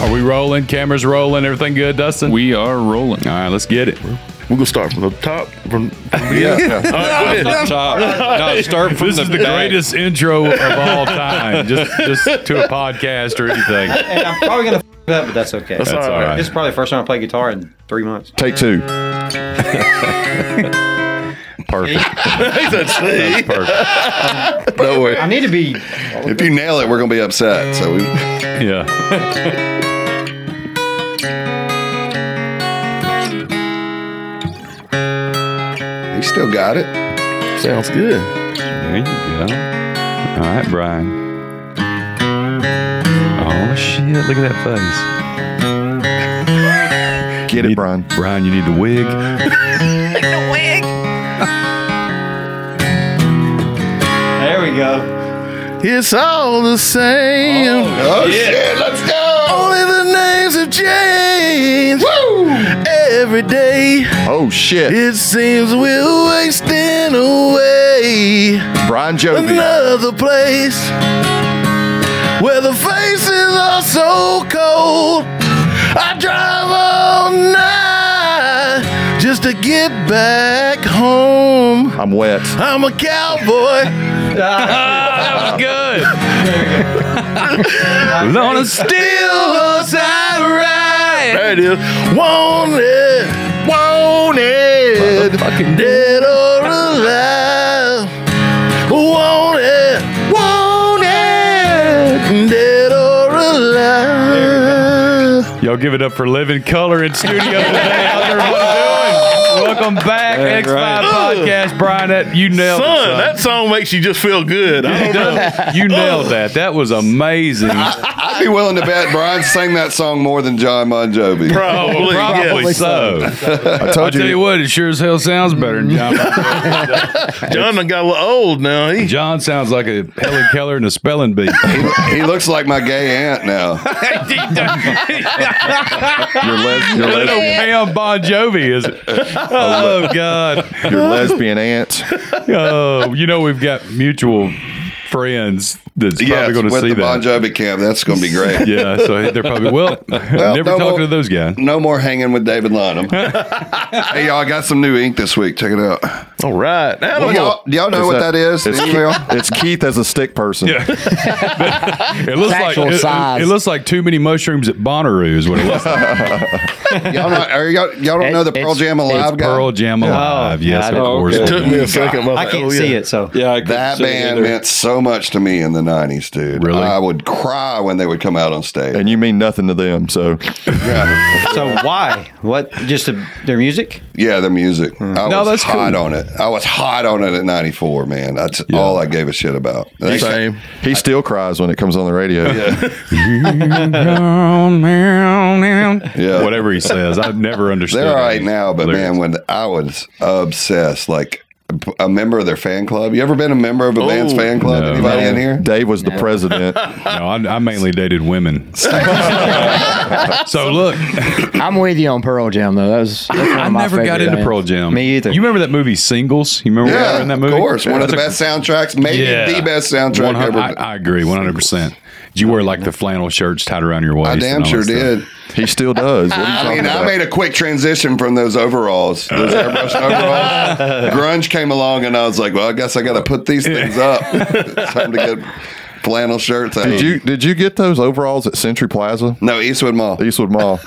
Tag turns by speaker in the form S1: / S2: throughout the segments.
S1: Are we rolling? Cameras rolling? Everything good, Dustin?
S2: We are rolling.
S1: All right, let's get it.
S3: We're gonna start from the top. From, from yeah.
S2: From the top. Uh, No, start from
S1: This
S2: the,
S1: is the
S2: back.
S1: greatest intro of all time, just just to a podcast or anything.
S4: And I'm probably gonna f it up, but that's okay.
S1: That's all
S4: This
S1: right.
S4: is probably the first time I play guitar in three months.
S3: Take two.
S1: Perfect.
S3: That's
S1: Perfect.
S5: Don't worry.
S4: I need to be.
S5: If you nail it, we're gonna be upset. So we,
S1: Yeah.
S5: he still got it.
S3: Sounds good.
S2: There you go. All right, Brian.
S1: Oh shit! Look at that
S5: Get it, Brian.
S1: face, Brian. You need the wig.
S4: There we go.
S3: It's all the same.
S5: Oh shit! Let's go.
S3: Only the names have changed. Every day
S5: Oh shit!
S3: it seems we're wasting away.
S5: Brian Jovi.
S3: Another place where the faces are so cold. I drive all night just to get back home.
S5: I'm wet.
S3: I'm a cowboy.
S1: That was good. On a steel horse I ride.
S3: There it is. Wanted, wanted, dead or alive. Wanted, wanted, dead or alive.
S1: Y'all give it up for Living Color in studio today. How's everyone doing? Welcome back,
S2: That's
S1: X5
S3: right.
S1: Podcast. Brian, that, you nailed it.
S3: Son,
S1: son.
S3: that song makes you just feel good. I don't know.
S1: you nailed that. That was amazing.
S5: I'd be willing to bet Brian sang that song more than John Bon Jovi.
S3: Probably,
S1: Probably
S3: yes.
S1: so.
S5: I
S1: I'll
S5: told
S1: tell you
S5: you.
S1: what, it sure as hell sounds better than John. Bon Jovi.
S3: John done got a little old now. He
S1: John sounds like a Helen Keller and a spelling bee.
S5: He, he looks like my gay aunt now.
S6: Your, les- your,
S1: I know
S6: les-
S1: Pam Bon Jovi is. Oh God.
S6: your lesbian aunt.
S1: Oh, you know we've got mutual friends that's
S5: Yes,
S1: probably going to
S5: with
S1: see
S5: the Bon
S1: that.
S5: Jovi camp. That's going to be great.
S1: yeah, so they're probably well. never
S5: no
S1: talking
S5: more-
S1: to those guys.
S5: No more hanging with David Lonham. hey, y'all, I got some new ink this week. Check it out.
S3: All right. Now
S5: Do y'all, do y'all know what that Oh, is?
S6: It's, Keith,
S5: Email?
S6: it's Keith as a stick person.
S1: Yeah. It looks like
S7: actual
S1: it, it-
S7: size.
S1: it looks like too many mushrooms at Bonnaroo is what it looks like.
S5: Y'all, not, are y'all, y'all don't know the
S7: It's-
S5: Pearl Jam Alive
S1: It's
S5: guy?
S1: Pearl Jam
S5: Oh,
S1: Alive. yes,
S4: I
S1: of
S4: don't-
S1: course.
S2: okay.
S3: it took me a second. but
S4: I
S3: was
S4: can't
S3: like, oh,
S4: see
S3: yeah.
S4: it, so
S2: Yeah, I couldn't
S5: That
S2: see it
S5: band
S2: either.
S5: meant so much to me in the '90s, dude.
S1: Really?
S5: I would cry when they would come out on stage.
S6: And you mean nothing to them. So
S4: so why? What? Just the, their music?
S5: yeah, the music. I
S1: No,
S5: was
S1: that's
S5: hot
S1: cool.
S5: on it. I was hot on it at '94, man. That's all I gave a shit about. They-
S3: Same.
S6: he still cries when it comes on the radio.
S5: Yeah.
S1: Whatever he says, I've never understood.
S5: They're all right
S1: his
S5: now, but
S1: lyrics.
S5: man, when I was obsessed, like a member of their fan club. You ever been a member of a band's fan club?
S1: no.
S5: Anybody in here?
S6: Dave was the president.
S1: No, I, I mainly dated women. so look,
S7: I'm with you on Pearl Jam though. That was that's one
S1: I
S7: of my
S1: never got
S7: favorite
S1: into
S7: bands.
S1: Pearl Jam.
S4: Me either.
S1: You remember that movie Singles? You remember we were
S5: Yeah,
S1: in that
S5: of
S1: movie?
S5: course. One of the
S1: That's
S5: best soundtracks, maybe
S1: Yeah.
S5: the best
S1: a-
S5: soundtrack
S1: 100
S5: ever.
S1: I, I agree, one hundred percent. Did you wear like the flannel shirts tied around your waist?
S5: I
S1: and all
S5: damn
S1: that
S5: sure
S1: stuff?
S5: did.
S6: He still does. What are you
S5: I
S6: talking
S5: mean, I
S6: about?
S5: made a quick transition from those overalls, those airbrushed overalls. Grunge came along, and I was like, "Well, I guess I got to put these things up. It's time to get flannel shirts." Out.
S6: did you did you get those overalls at Century Plaza,
S5: No, Eastwood Mall.
S6: Eastwood Mall?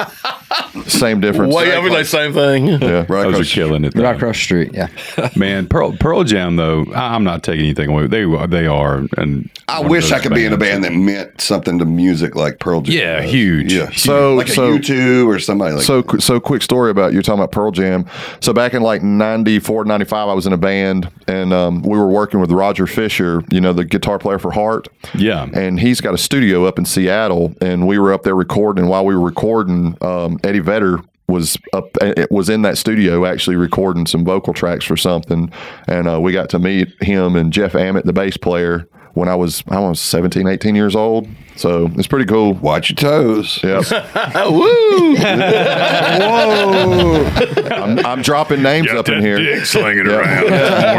S6: Same difference.
S3: Well, yeah, we like same thing.
S6: yeah.
S5: Right
S1: Those are
S5: across-
S1: killing it.
S7: Right
S1: Though.
S7: across the street. Yeah.
S1: Man, Pearl Pearl Jam though, I, I'm not taking anything away. They they are, and
S5: I
S1: one of
S5: wish I
S1: those
S5: could be in a
S1: bands.
S5: band that meant something to music like Pearl Jam.
S1: Yeah,
S5: does.
S1: huge.
S5: Yeah.
S6: So
S5: like
S6: so
S5: a U2 or somebody like
S6: so qu- so quick story about you're talking about Pearl Jam. So back in like 94, 95, I was in a band and um, we were working with Roger Fisher, you know, the guitar player for Heart.
S1: Yeah.
S6: And he's got a studio up in Seattle and we were up there recording. And while we were recording, um, Eddie Vedder was up eh, was in that studio actually recording some vocal tracks for something and uh, we got to meet him and Jeff Ammett the bass player
S3: when I was I was 17, 18 years old. So it's pretty cool.
S5: Watch your toes.
S3: Yep.
S8: Woo!
S3: I'm, I'm dropping names up in here.
S9: Dick slinging
S3: Yeah.
S9: around this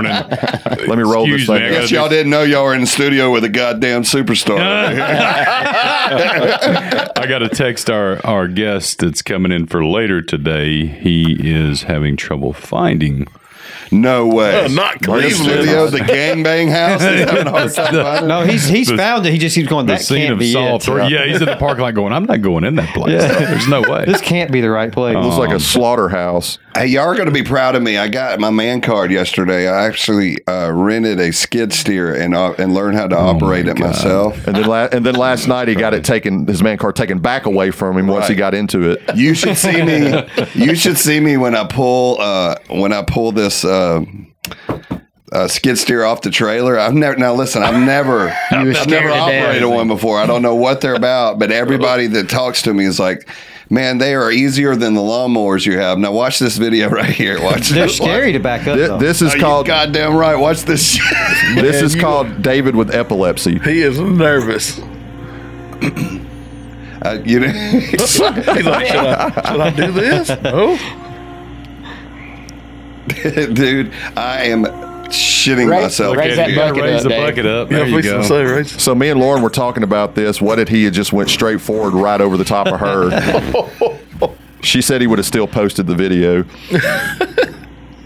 S9: morning.
S3: Let me roll this
S9: Excuse me,
S3: thing
S9: I
S3: up.
S9: gotta
S5: Guess y'all didn't know y'all were in the studio with a goddamn superstar.
S1: I got to text our, our guest that's coming in for later today. He is having trouble finding
S5: no way.
S8: Uh, not
S5: We're in the
S8: Cleveland.
S5: studio, the gangbang house. He's having a hard time finding it.
S4: No, he's he's
S1: The-
S4: found it. He just keeps going.
S1: the
S4: That
S1: scene
S4: can't
S1: of
S4: be
S1: Saw
S4: it.
S1: 3. Yeah, he's in the parking lot going, I'm not going in that place. There's no way.
S4: This can't be the right place.
S3: It looks
S1: Uh-huh.
S3: like a slaughterhouse.
S5: Hey, y'all are going to be proud of me. I got my man card yesterday. I actually uh, rented a skid steer and uh, and learned how to operate it myself.
S3: And then, la- and then last night he got it taken, his man card taken back away from him once he
S5: Right.
S3: got into it.
S5: You should see me. You should see me when I pull uh, when I pull this uh, uh, skid steer off the trailer. I've never now listen. I've never I've never operated one before. I don't know what they're about, but everybody that talks to me is like, "Man, they are easier than the lawnmowers you have." Now watch this video right here. Watch.
S4: They're
S5: this.
S4: scary to back up.
S3: Thi-
S4: though.
S3: This
S8: Oh,
S3: is
S5: Watch-
S3: called
S5: You goddamn right. Watch this. shit.
S3: this is
S8: you-
S3: called David with epilepsy.
S8: He is nervous.
S5: Uh, you know,
S8: He's like, should I, should I do this? Oh,
S5: dude, I am shitting
S10: Raise-
S5: myself.
S10: raise that
S5: dude.
S10: bucket
S1: raise
S10: up,
S1: the
S10: Dave.
S1: bucket up.
S8: yeah,
S1: There you
S8: please
S1: go.
S8: don't say race.
S3: So me and Lauren were talking about this. What if he had just went straight forward right over the top of her? she said he would have still posted the video.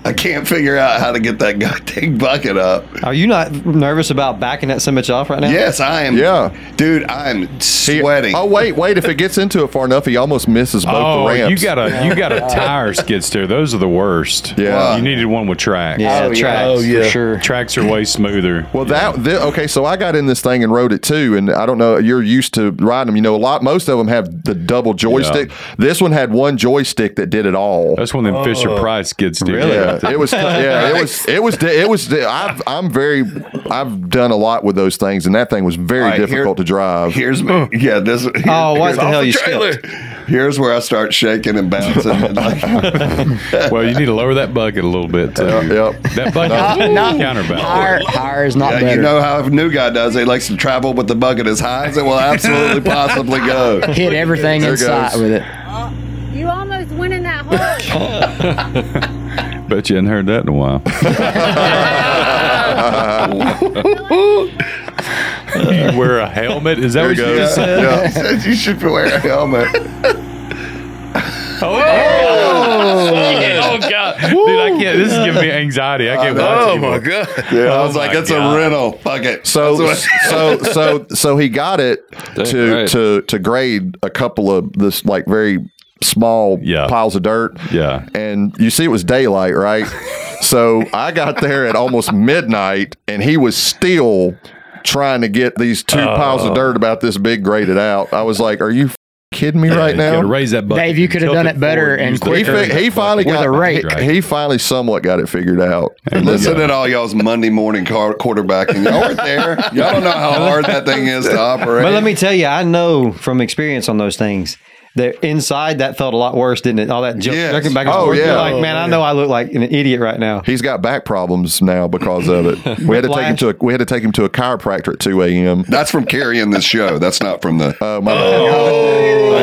S5: I can't figure out how to get that goddamn bucket up.
S4: Are you not nervous about backing that so much off right now?
S5: Yes, I am.
S3: Yeah.
S5: dude, I'm
S3: He-
S5: sweating.
S3: oh wait, wait! If it gets into it far enough, he almost misses both
S1: Oh,
S3: the ramps.
S1: you got a you got a tire skid steer. Those are the worst.
S3: Yeah.
S1: you needed one with tracks.
S10: Oh, yeah.
S4: tracks,
S8: Oh, yeah.
S4: for sure.
S1: Tracks are way smoother.
S3: Well, that thi- okay. So I got in this thing and rode it too, and I don't know. You're used to riding them. You know, a lot. Most of them have the double joystick. This one had one joystick that did it all.
S1: That's one of them Fisher Price skid steers.
S3: Yeah, it was. Yeah, it was. It was. It was. I've, I'm very. I've done a lot with those things, and that thing was very
S5: All right, here-
S3: difficult to drive.
S5: Here's me. Yeah, this. Here,
S4: Oh, what the hell
S8: The
S4: you
S8: trailer.
S4: skipped?
S5: Here's where I start shaking and bouncing. And like,
S1: Well, you need to lower that bucket a little bit. Too.
S3: Uh, yep.
S1: That bucket counterbalance.
S10: Higher, higher is not
S5: yeah,
S10: better.
S5: you know how a new guy does. He likes to travel with the bucket as high as it will absolutely possibly go.
S10: Hit everything
S3: There
S10: in sight
S3: goes.
S10: with it.
S11: You almost went in that hole.
S1: Bet you hadn't heard that in a while. you wear a helmet? Is that what you just said?
S5: Yeah. Said you should wear a helmet.
S9: Oh god.
S1: Dude, I can't. This is giving me anxiety. I can't watch
S8: Oh
S1: anymore.
S8: my god.
S5: Yeah, I was like,
S1: my
S5: it's
S1: God.
S5: a rental. Fuck it.
S3: So
S5: That's what-
S3: so so so he got it to
S1: right.
S3: to to grade a couple of this like very small
S1: Yeah.
S3: piles of dirt.
S1: Yeah.
S3: And you see it was daylight, right? so I got there at almost midnight and he was still trying to get these two piles of dirt about this big graded out. I was like, "Are you f- kidding me
S1: You
S3: right
S1: gotta
S3: now?"
S1: Raise that bucket.
S10: Dave, you could have
S1: Tilt
S10: done it better
S1: forward,
S10: and
S1: use the
S3: He,
S10: quicker.
S1: curve.
S3: fi- he finally
S10: With
S3: got
S10: a rake.
S3: He, he finally somewhat got it figured out.
S5: Listen at all y'all's Monday morning car- quarterbacking. Y'all were there. Y'all don't know how hard that thing is to operate.
S4: But let me tell you, I know from experience on those things that inside that felt a lot worse, didn't it? All that junk
S5: Yes.
S4: jerking back and
S3: Oh,
S4: forth. You're
S3: yeah.
S4: like, man, I know I look like an idiot right now.
S3: He's got back problems now because of it. We had to take him to a, we had to take him to a chiropractor at two a.m.
S5: That's from carrying this show. That's not from the.
S3: Oh my bad.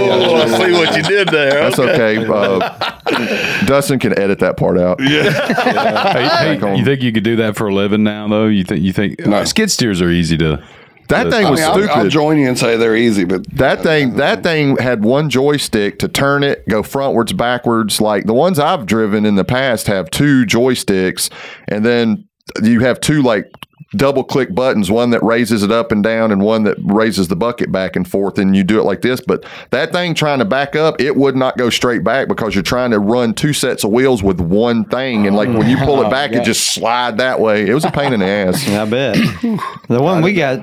S8: Oh, I see what you did there.
S3: That's okay. Uh, Dustin can edit that part out.
S1: Hey, hey,
S3: on.
S1: you think you could do that for a living now, though? You think you think uh,
S5: No.
S1: skid steers are easy to?
S3: That thing
S5: I
S3: was
S5: mean, I'll,
S3: stupid.
S5: I'll join you and say they're easy, but
S3: that thing that thing had one joystick to turn it, go frontwards, backwards. Like the ones I've driven in the past have two joysticks, and then you have two like double click buttons, one that raises it up and down and one that raises the bucket back and forth and you do it like this. But that thing trying to back up, it would not go straight back because you're trying to run two sets of wheels with one thing. And like when you
S4: Oh,
S3: pull it back, it just slide that way. It was a pain in the ass.
S4: I bet. the one we got,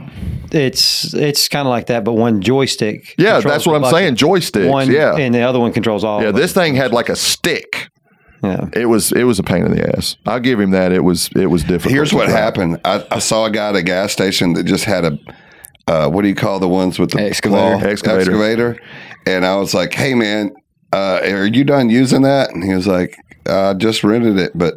S4: it's it's kind of like that, but one joystick.
S3: Yeah,
S4: controls
S3: that's what
S4: the
S3: I'm
S4: bucket.
S3: saying. Joysticks.
S4: One,
S3: yeah.
S4: and the other one controls all.
S3: yeah,
S4: of them.
S3: this thing had like a stick.
S4: Yeah.
S3: It was it was a pain in the ass. I'll give him that. It was it was difficult.
S5: Here's
S3: to
S5: what
S3: drive.
S5: happened. I, I saw a guy at a gas station that just had a, uh, what do you call the ones with the
S10: Excavator.
S5: claw?
S3: Excavator.
S5: Excavator. And I was like, hey, man, uh, are you done using that? And he was like, I just "Uh, rented it, but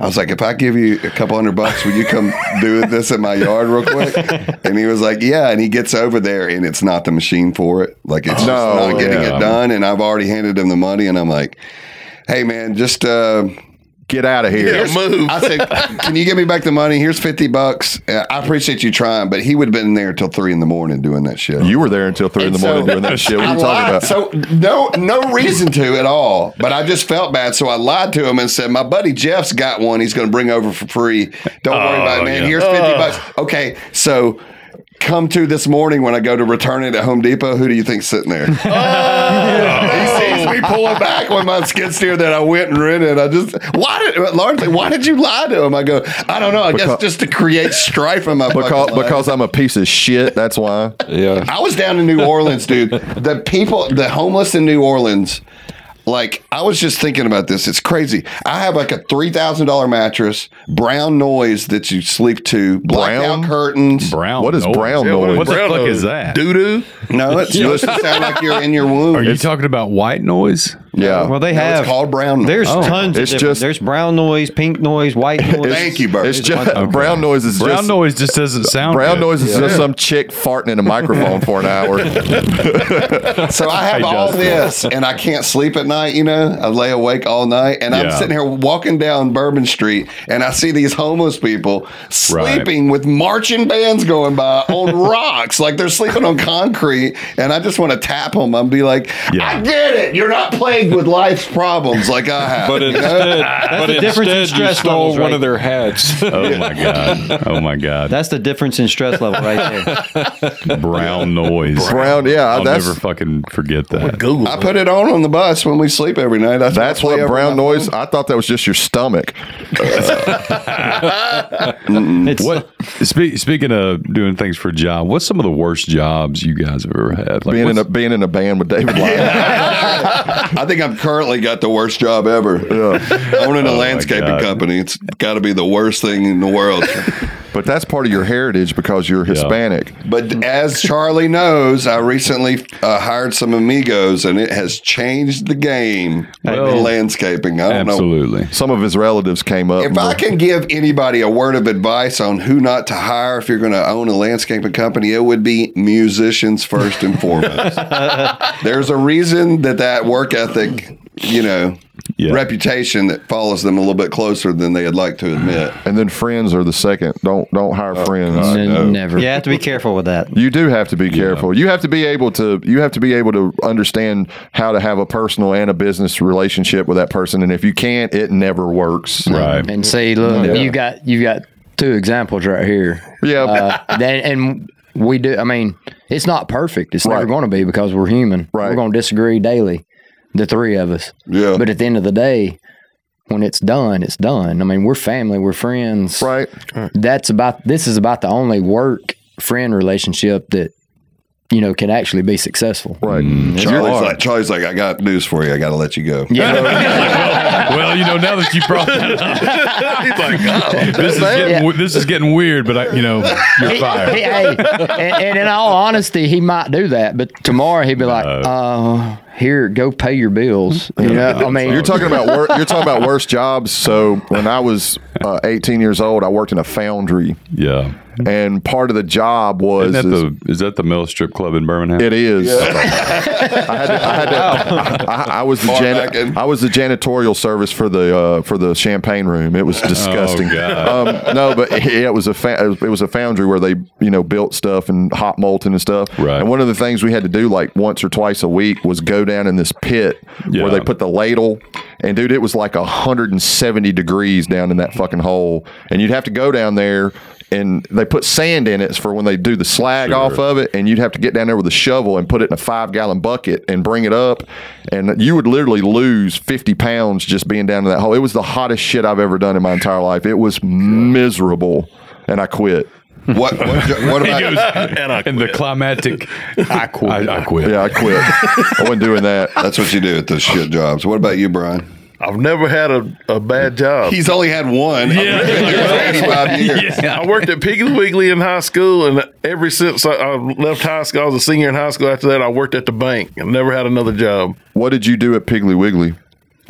S5: I was like, if I give you a couple hundred bucks, will you come do this in my yard real quick? And he was like, yeah. And he gets over there and it's not the machine for it. Like it's just
S3: No,
S5: not getting
S1: yeah.
S5: it done. And I've already handed him the money. And I'm like, hey, man, just, uh,
S3: Get out of here.
S5: here's- I said, can you give me back the money? Here's 50 bucks. Uh, I appreciate you trying, but he would have been there till three in the morning doing that shit.
S3: You were there until three in the
S5: And
S3: morning
S5: so-
S3: doing that shit. What
S5: I
S3: are you talking
S5: lied.
S3: about?
S5: So no, no reason to at all. But I just felt bad, so I lied to him and said, "My buddy Jeff's got one. He's going to bring over for free. Don't worry about it,
S3: Oh,
S5: man.
S1: yeah.
S5: Here's fifty bucks. Okay, so." Come to this morning when I go to return it at Home Depot. Who do you think's sitting there? he sees me pulling back with my skid steer that I went and rented. I just why did largely why did you lie to him? I go I don't know. I
S3: Because-
S5: guess just to create strife in my fucking
S3: because
S5: life.
S3: because I'm a piece of shit. That's why.
S1: Yeah.
S5: I was down in New Orleans, dude. The people, the homeless in New Orleans, like I was just thinking about this. It's crazy. I have like a three thousand dollar mattress, brown noise that you sleep to, blackout
S3: Brown?
S5: curtains.
S1: Brown.
S3: What is
S1: noise?
S3: brown noise?
S1: What the
S9: Brown
S1: fuck
S9: noise.
S1: is that?
S3: doo.
S5: No, it's supposed to sound like you're in your womb.
S1: Are you talking about white noise?
S3: Yeah.
S4: Well, they
S5: no,
S4: have
S5: it's called brown. noise.
S10: Oh.
S4: There's tons.
S3: It's
S4: of different-
S3: just-
S4: there's brown noise, pink noise, white noise.
S5: Thank you, Bert.
S3: It's just brown noise is
S1: Brown
S3: just
S1: noise just doesn't sound
S3: brown
S1: good.
S3: noise is just some chick farting in a microphone for an hour.
S5: So I have
S1: He
S5: all
S1: does.
S5: this, and I can't sleep at night. You know, I lay awake all night, and I'm
S1: Yeah.
S5: sitting here walking down Bourbon Street, and I see these homeless people sleeping with marching bands going by on rocks, like they're sleeping on concrete. And I just want to tap them and be like,
S1: Yeah.
S5: "I get it. You're not plagued with life's problems like I have."
S12: But
S5: you
S12: instead,
S5: know?
S12: but
S4: difference in
S12: instead you
S4: stress
S12: stole
S4: levels,
S12: one
S4: right?
S12: of their hats.
S1: Oh my god. Oh my god.
S4: That's the difference in stress level right there.
S1: brown noise.
S3: Brown, yeah,
S1: I'll
S3: that's-
S1: never fucking forget that.
S5: I put it on on the bus when we sleep every night. I
S3: That's
S5: play
S3: what
S5: over
S3: brown
S5: my phone.
S3: noise. I thought that was just your stomach.
S4: It's
S1: What spe- speaking of doing things for a job, what's some of the worst jobs you guys have ever had? Like
S3: Being in a
S1: what's-
S3: being in a band with David Lyon.
S5: I think I've currently got the worst job ever. Owning a landscaping
S1: Oh God.
S5: company. It's got to be the worst thing in the world.
S3: But that's part of your heritage because you're Hispanic.
S5: But as Charlie knows, I recently uh, hired some amigos, and it has changed the game
S1: Well,
S5: in landscaping. I don't know.
S1: absolutely.
S3: Some of his relatives came up.
S5: If
S3: and
S5: I
S3: were-
S5: can give anybody a word of advice on who not to hire if you're going to own a landscaping company, it would be musicians first and foremost. There's a reason that that work ethic, you know,
S1: Yeah.
S5: reputation that follows them a little bit closer than they'd like to admit.
S3: and then friends are the second. Don't don't hire friends.
S10: N- never.
S4: you have to be careful with that.
S3: You do have to be careful. You have to be able to you have to be able to understand how to have a personal and a business relationship with that person. And if you can't, it never works.
S1: Right.
S10: And see, look, you got you got two examples right here.
S3: Yeah.
S10: Uh, then and we do. I mean, it's not perfect. It's never
S3: Right.
S10: going to be because we're human.
S3: Right.
S10: We're going to disagree daily, the three of us.
S5: Yeah.
S10: But at the end of the day, when it's done, it's done. I mean, we're family. We're friends.
S3: Right.
S10: That's about. This is about the only work friend relationship that you know can actually be successful.
S3: Right.
S1: Mm.
S5: Charlie's like, Charlie's like, I got news for you. I got to let you go.
S1: well, you know, now that you brought that up, this is getting
S10: Yeah.
S1: this is getting weird. But I, you know, you're fired.
S10: He- hey, and, and in all honesty, he might do that, but tomorrow he'd be like, "Uh, here, go pay your bills." You know, I mean,
S3: You're talking about wor- you're talking about worse jobs. So when I was uh, 18 years old, I worked in a foundry,
S1: Yeah.
S3: and part of the job was
S1: Isn't that
S3: is-
S1: the is that the Mill Strip Club in Birmingham?
S3: It is. I had to, I, had to, I, I was the
S5: Far
S3: jani-
S5: back in.
S3: I was the janitorial service for the uh, for the champagne room. It was disgusting.
S1: God.
S3: um, no, but yeah, it was a fa- it was a foundry where they you know built stuff and hot molten and stuff.
S1: Right.
S3: And one of the things we had to do like once or twice a week was go down in this pit
S1: Yeah.
S3: where they put the ladle. And dude, it was like 170 degrees down in that fucking hole, and you'd have to go down there. And they put sand in it for when they do the slag
S1: Sure.
S3: off of of it and you'd have to get down there with a shovel and put it in a five gallon bucket and bring it up and you would literally lose 50 pounds just being down in that hole it was the hottest shit i've ever done in my entire life it was miserable and i quit
S5: What, what, jo- what
S1: He
S5: about
S1: goes, and, the climatic, I quit. I, quit.
S3: yeah i quit i wasn't doing that
S5: That's what you do at those shit jobs. What about you, Brian?
S12: I've never had a, a bad job.
S5: He's only had one. Yeah. 85 years.
S12: I worked at Piggly Wiggly in high school, and ever since I, I left high school, I was a senior in high school. After that, I worked at the bank. I never had another job.
S3: what did you do at piggly wiggly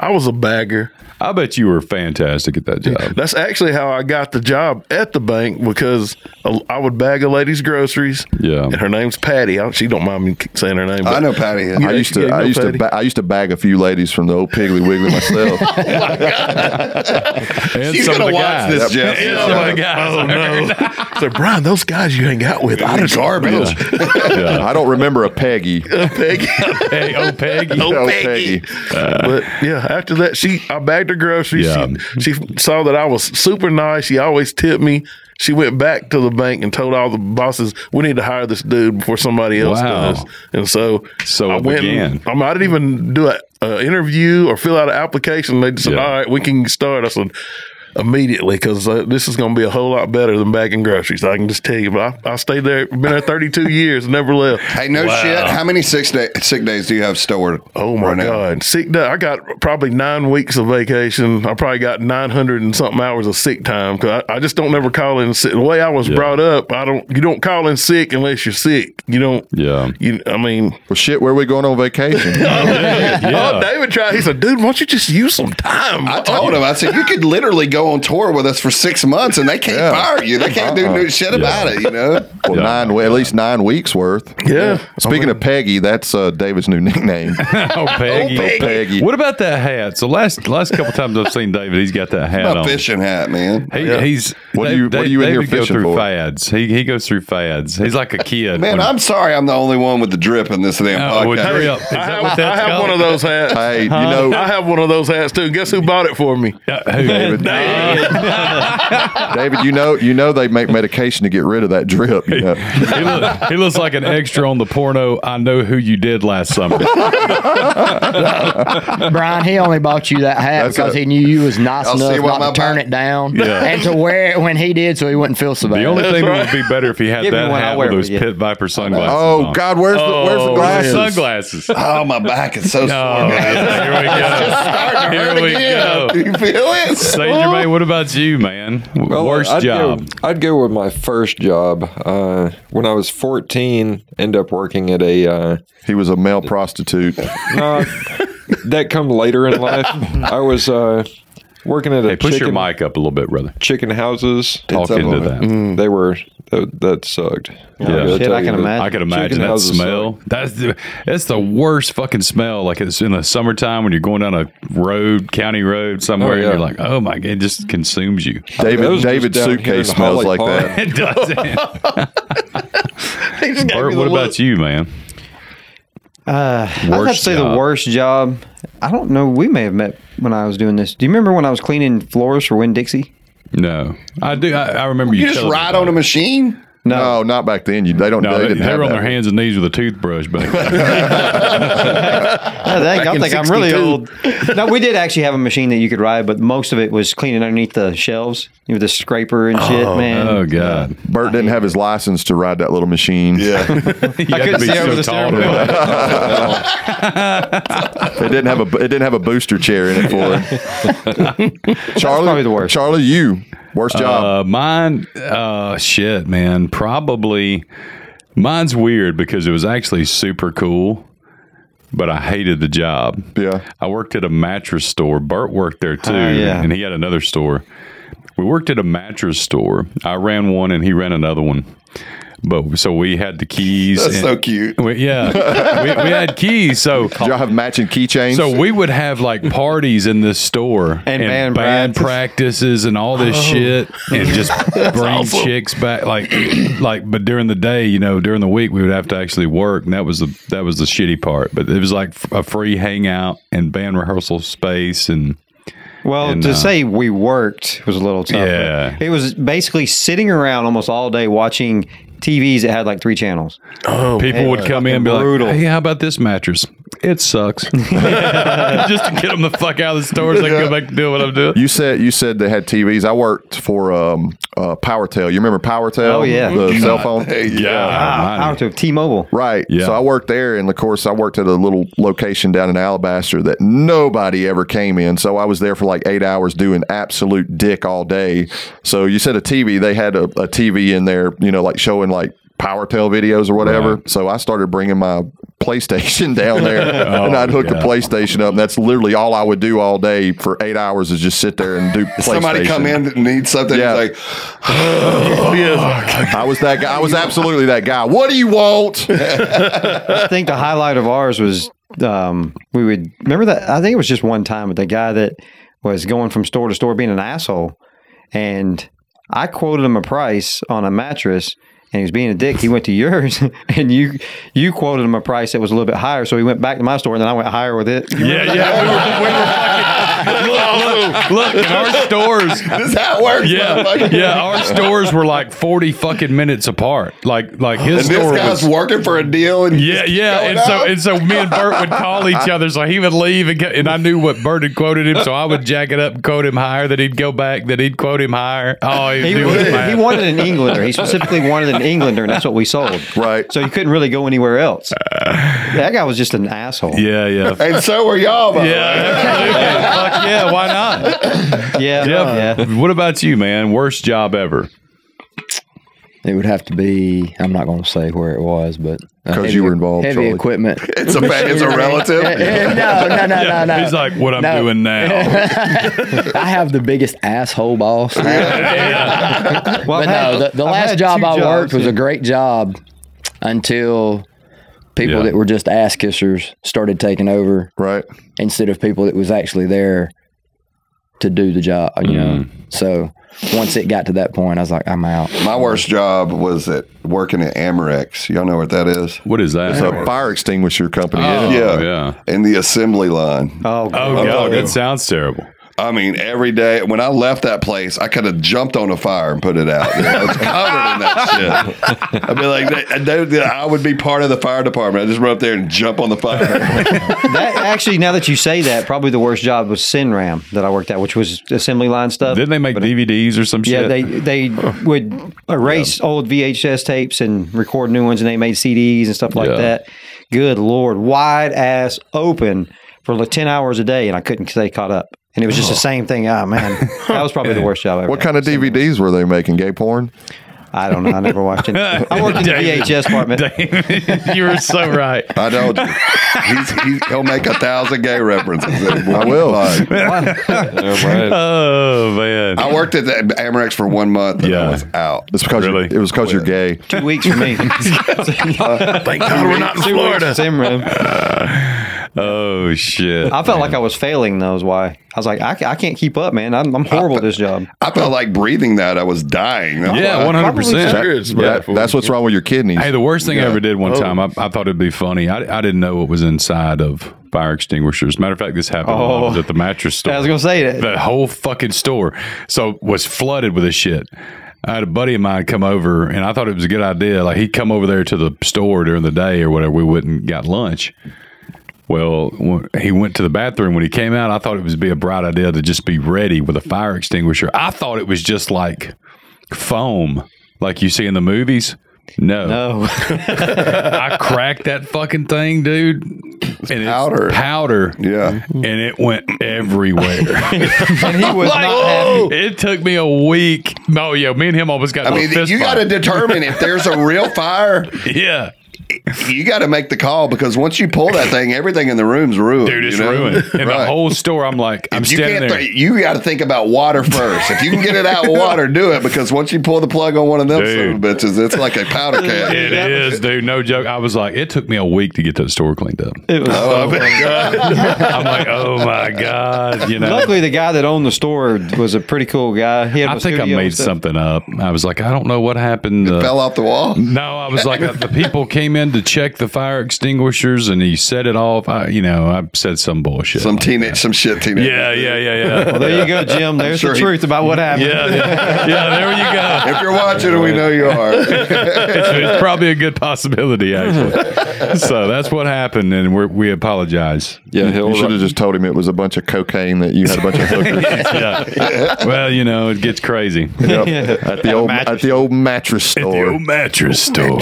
S12: I was a bagger.
S1: I bet you were fantastic at that job.
S12: That's actually how I got the job at the bank because I I would bag a lady's groceries.
S1: Yeah.
S12: and her name's Patty. I, she don't mind me saying her name.
S5: I
S12: but-
S5: know Patty. Yeah.
S12: Yeah,
S3: I used to,
S12: yeah,
S3: I
S12: no
S3: used
S12: Patty.
S3: to, ba- I used to bag a few ladies from the old Piggly Wiggly myself.
S1: And
S5: She's
S1: some of
S5: gonna
S1: the
S5: watch
S1: guys.
S5: this, Jeff.
S1: Yeah. Some of the guys.
S12: Oh no! so Brian, those guys you hang out with, I just
S5: Garbage.
S3: I don't remember a Peggy.
S12: Peggy.
S1: Hey, oh Peggy.
S12: Oh,
S3: Oh, Peggy.
S12: Peggy. but yeah, after that, she I bagged her groceries.
S1: Yeah.
S12: She, she saw that I was super nice. She always tipped me. She went back to the bank and told all the bosses, "We need to hire this dude before somebody else
S1: Wow.
S12: does." And so,
S1: So
S12: I
S1: it
S12: went. and-
S1: began.
S12: I, mean, I didn't even do an interview or fill out an application. They just said,
S1: Yeah.
S12: "All right, we can start." I said. Immediately, because uh, this is going to be a whole lot better than bagging groceries. I can just tell you, but I, I stayed there, been there 32 years, never left.
S5: Hey, no shit. How many six day, sick days do you have stored?
S12: Oh my
S5: right now?
S12: God. Sick day. I got probably nine weeks of vacation. I probably got 900 and something hours of sick time because I, I just don't never call in sick. The way I was brought up, I don't, you don't call in sick unless you're sick. You don't,
S1: Yeah.
S12: you, I mean,
S3: Well, shit, where we going on vacation?
S12: oh, David tried, he said, dude, why don't you just use some time?
S5: I told him, I said, you could literally go on tour with us for six months and they can't fire you. They can't do new shit about it, you know?
S3: Uh-uh. Well, nine, well, at least nine weeks worth.
S12: Yeah.
S3: Speaking of Peggy, that's uh, David's new nickname.
S1: Oh Peggy.
S3: Peggy. Peggy.
S1: What about that hat? So last last couple times I've seen David, he's got that hat
S5: My
S1: on.
S5: fishing hat, man.
S1: He,
S12: Yeah.
S1: He's
S3: What are you-
S1: Dave-
S3: what are you in
S1: David
S3: here
S1: go
S3: fishing
S1: through
S3: for?
S1: fads. He he goes through fads. He's like a kid.
S5: Man,
S1: when-
S5: I'm sorry I'm the only one with the drip in this damn
S1: Oh, well, hurry
S5: podcast.
S1: up. Is
S12: I
S1: that
S12: have,
S1: what that's
S12: I have
S1: called?
S12: one of those hats.
S3: hey, you
S1: Uh-huh.
S3: know,
S12: I have one of those hats too. Guess who bought it for me?
S1: Yeah, who?
S3: David, you know, you know, they make medication to get rid of that drip. You know?
S1: he, look, he looks like an extra on the porno. I know who you did last summer.
S10: Brian, he only bought you that hat
S3: That's
S10: because
S3: a-
S10: he knew you was nice
S5: Y'all see
S10: enough
S5: why
S10: not
S5: my
S10: to turn
S5: back-
S10: it down
S1: Yeah.
S10: and to wear it when he did, so he wouldn't feel so bad.
S1: The only thing that would be better if he had
S4: Give me
S1: that
S4: one, I'll
S1: hat
S4: wear
S1: with
S4: it
S1: those
S4: with you.
S1: Pit Viper sunglasses.
S3: Oh
S1: on. Oh,
S3: God, where's the Oh, where's the glasses?
S1: Sunglasses.
S5: Oh, my back is so
S1: Oh,
S5: sore. man.
S1: here we go. Here we go.
S5: You feel it?
S1: Saint Germain, what about you, man? W-
S13: Well,
S1: Worst
S13: I'd
S1: job.
S13: Go, I'd go with my first job. Uh, when I was 14, end up working at a uh,
S3: He was a male prostitute.
S13: no, that come later in life. I was uh, working at a
S1: Hey, push
S13: chicken,
S1: your mic up a little bit, brother.
S13: chicken houses.
S1: Talk
S5: up
S1: into
S5: on it.
S1: that.
S13: They were that, that sucked. I'm
S1: Mm. Yeah.
S13: gonna
S1: Shit,
S13: tell
S4: I
S13: you
S4: can
S13: that.
S4: imagine.
S1: I could imagine
S13: Chicken
S1: that
S13: houses
S1: smell. That's the, that's the worst fucking smell. Like it's in the summertime when you're going down a road, county road somewhere,
S13: Oh,
S1: and
S13: yeah.
S1: you're like, oh my god, it just consumes you.
S13: That was
S3: David David's
S13: just down here in
S3: suitcase smells
S13: Holly
S3: like
S13: Park.
S3: that.
S1: It doesn't.
S12: He just gave me
S1: Bert,
S12: the
S1: what
S12: look.
S1: about you, man?
S4: I'd have
S1: Worst
S4: to say
S1: job.
S4: the worst job. I don't know. We may have met when I was doing this. Do you remember when I was cleaning floors for Winn Dixie?
S1: No, I do. I, I remember you.
S5: You just
S1: telling me
S5: ride
S1: about
S5: on
S1: it.
S5: a machine?
S3: No, not back then. You, they don't.
S1: No,
S3: they
S1: they,
S3: didn't
S1: they
S3: have
S1: were on
S3: that.
S1: their hands and knees with a toothbrush back then.
S4: I think, I
S12: in
S4: think I'm really
S12: 62.
S4: old. No, we did actually have a machine that you could ride, but most of it was cleaning underneath the shelves you know, with the scraper and shit. man,
S1: oh God,
S3: Bert didn't have his license to ride that little machine.
S5: Yeah.
S1: you I
S4: couldn't see over the steering wheel.
S3: It didn't have a it didn't have a booster chair in it for him. Charlie,
S4: probably the worst.
S3: Charlie, you worst job.
S1: Uh, mine, uh, shit, man. Probably mine's weird because it was actually super cool, but I hated the job.
S3: Yeah.
S1: I worked at a mattress store. Bert worked there too,
S4: Oh, yeah.
S1: and he had another store. We worked at a mattress store. I ran one and he ran another one. But so we had the keys.
S5: That's
S1: and-
S5: so cute.
S1: we- yeah, we, we had keys. So
S3: Do y'all have matching keychains?
S1: so we would have like parties in this store
S4: And band practice. Oh.
S1: practices and all this shit and just bring chicks back like like but during the day you know during the week we would have to actually work and that was the that was the shitty part but it was like f- a free hangout and band rehearsal space and
S4: Well,
S1: And,
S4: to
S1: uh,
S4: say we worked was a little tough.
S1: Yeah.
S4: It was basically sitting around almost all day watching TVs that had like three channels.
S1: people would come in and be
S4: Oh, brutal.
S1: like hey how about this mattress it sucks just to get them the fuck out of the store so they can go back and do what I'm doing
S3: You said you said they had TVs. I worked for um, uh, PowerTel. You remember PowerTel?
S4: Oh, yeah.
S3: the cell phone.
S1: yeah
S4: Out to T-Mobile.
S3: Right.
S1: Yeah.
S3: So I worked there, and of course, I worked at a little location down in Alabaster that nobody ever came in. So I was there for like eight hours doing absolute dick all day. So you said a TV, they had a, a TV in there, you know, like showing like PowerTel videos or whatever. So I started bringing my PlayStation down there, and I'd hook the PlayStation up. And that's literally all I would do all day for eight hours is just sit there and do. PlayStation.
S5: Somebody come in that needs something.
S3: Yeah.
S5: He's like,
S12: Oh, Yeah.
S3: I was that guy. I was absolutely that guy. What do you want?
S4: I think the highlight of ours was um, we would remember that. I think it was just one time, but the guy that was going from store to store being an asshole, and I quoted him a price on a mattress, and he was being a dick. He went to yours, and you you quoted him a price that was a little bit higher, so he went back to my store, and then I went higher with it.
S9: Yeah, yeah. We were, we were fucking, look, look, look, in our stores.
S5: this is how it works.
S1: Yeah,
S5: motherfucker."
S1: yeah. Our stores were like forty fucking minutes apart. Like, like his
S5: And this
S1: store was
S5: guy's working for a deal. And
S1: Yeah, yeah.
S5: going
S1: And so
S5: up.
S1: and so me and Bert would call each other. So he would leave and, get, and I knew what Bert had quoted him, so I would jack it up and quote him higher, then he'd go back, then he'd quote him higher. Oh, he,
S4: He,
S1: he was
S4: he
S1: mad.
S4: wanted an Englander. He specifically wanted an Englander, and that's what we sold.
S3: Right.
S4: So you couldn't really go anywhere else. That guy was just an asshole.
S1: Yeah, yeah.
S5: and so were y'all. By
S1: Yeah, absolutely. Fuck yeah, why not?
S4: Yeah.
S1: Jeff, what about you, man? Worst job ever.
S10: It would have to be. I'm not going to say where it was, but
S3: 'Cause
S10: heavy-
S3: you were involved,
S10: Heavy
S3: Charlie.
S10: equipment.
S5: It's a fa- it's a relative.
S10: no, no, no, no, no.
S1: He's like, what I'm
S10: No.
S1: doing now.
S10: I have the biggest asshole boss.
S4: Well, I've
S10: but
S4: had-
S10: no, the, the
S4: I've
S10: last
S4: had
S10: job
S4: two
S10: I worked
S4: jobs.
S10: was a great job until people
S1: Yeah.
S10: that were just ass kissers started taking over
S3: Right.
S10: instead of people that was actually there to do the job. You know,
S1: Mm.
S10: so once it got to that point, I was like, I'm out.
S5: the way. My worst job was at working at Amorex. Y'all know what that is?
S1: What is that?
S3: So fire extinguisher company.
S1: Oh,
S3: yeah.
S5: Yeah.
S1: yeah.
S5: In the assembly line.
S4: Oh,
S1: Oh, God, that sounds terrible.
S5: I mean, every day when I left that place, I could have jumped on a fire and put it out. You know, I was covered in that shit. I'd be like, they, they- I would be part of the fire department. I just run up there and jump on the fire.
S4: that actually, now that you say that, probably the worst job was Sinram that I worked at, which was assembly line stuff.
S1: Didn't they make DVDs or some
S4: yeah,
S1: shit? Oh,
S4: they they would erase old VHS tapes and record new ones, and they made CDs and stuff like
S1: Yeah.
S4: that. Good lord, wide ass open for like ten hours a day, and I couldn't stay caught up. And it was
S1: Oh.
S4: just the same thing. Ah, man, that was probably the worst job I ever.
S3: What
S4: had.
S3: kind of DVDs were they making? Gay porn?
S4: I don't know. I never watched it. I worked in the
S1: David.
S4: VHS department.
S1: you were so right.
S5: I told you. He's, he's, he'll make a thousand gay references. I
S3: will.
S13: Yeah, right.
S1: Oh man.
S5: I worked at the Amorex for one month and
S1: Yeah.
S5: I was out.
S3: It's because
S1: Really?
S3: you, it was because you're gay.
S4: Two weeks for me.
S12: Thank God we're not in Florida.
S4: Sinram.
S1: Oh shit.
S4: I felt like I was failing. Those why I was like, I, ca- I can't keep up, man. I'm, I'm horrible at this job.
S5: I felt like breathing that. I was dying. That's why
S1: yeah,
S5: I-
S1: one hundred
S12: Sure,
S1: percent.
S12: it's bad
S3: That,
S12: for
S3: that's
S12: you.
S3: what's wrong with your kidneys.
S1: Hey, the worst thing I ever did one time, I, I thought it'd be funny. I, I didn't know what was inside of fire extinguishers. Matter of fact, this happened when I was
S4: Oh.
S1: at the mattress store.
S4: I was gonna say that.
S1: the whole fucking store so was flooded with this shit i had a buddy of mine come over and i thought it was a good idea like he'd come over there to the store during the day or whatever we wouldn't got lunch well when he went to the bathroom when he came out i thought it would be a bright idea to just be ready with a fire extinguisher i thought it was just like foam like you see in the movies no,
S4: No.
S1: I cracked that fucking thing, dude. and it's
S5: powder.
S1: powder,
S5: Yeah.
S1: and it went everywhere.
S4: and he was not happy.
S1: It took me a week. No, yeah, me and him almost got.
S5: I
S1: in a
S5: mean,
S1: fist
S5: you got to
S1: fight.
S5: determine if there's a real fire.
S1: Yeah,
S5: You got to make the call because once you pull that thing, everything in the room's ruined.
S1: dude, it's
S5: you know?
S1: ruined. And the
S5: Right.
S1: whole store, I'm like, I'm
S5: you
S1: standing
S5: can't.
S1: there.
S5: Th- you got to think about water first. If you can get it out with water, do it because once you pull the plug on one of them
S1: Dude.
S5: son of a bitches, it's like a powder keg.
S1: it is, dude. No joke. I was like, it took me a week to get that store cleaned up.
S4: It was so funny.
S1: I'm like, oh my god, you know.
S4: Luckily, the guy that owned the store was a pretty cool guy. He had
S1: I
S4: a
S1: think I
S4: studio and
S1: made
S4: stuff.
S1: something up. I was like, I don't know what happened. uh,
S5: Fell off the wall.
S1: No, I was like, uh, the people came in to check the fire extinguishers, and he set it off. I, you know, I said some bullshit.
S5: Some
S1: like
S5: teenage, some shit
S1: that.
S5: teenage.
S1: Yeah, yeah, yeah,
S4: Well,
S1: yeah.
S4: there you go, Jim. There's
S5: sure
S4: the
S5: he-
S4: truth about what happened.
S1: Yeah, yeah, yeah, there you go.
S5: If you're watching, we know you are.
S1: it's probably a good possibility, actually. so that's what happened, and we're, we apologize.
S13: Yeah, he'll
S3: You should have just told him it was a bunch of cocaine that you had a bunch of hookers
S1: Yeah. Well, you know, it gets crazy.
S3: Yep. at the old at the old Uh, mattress store.
S1: mattress store.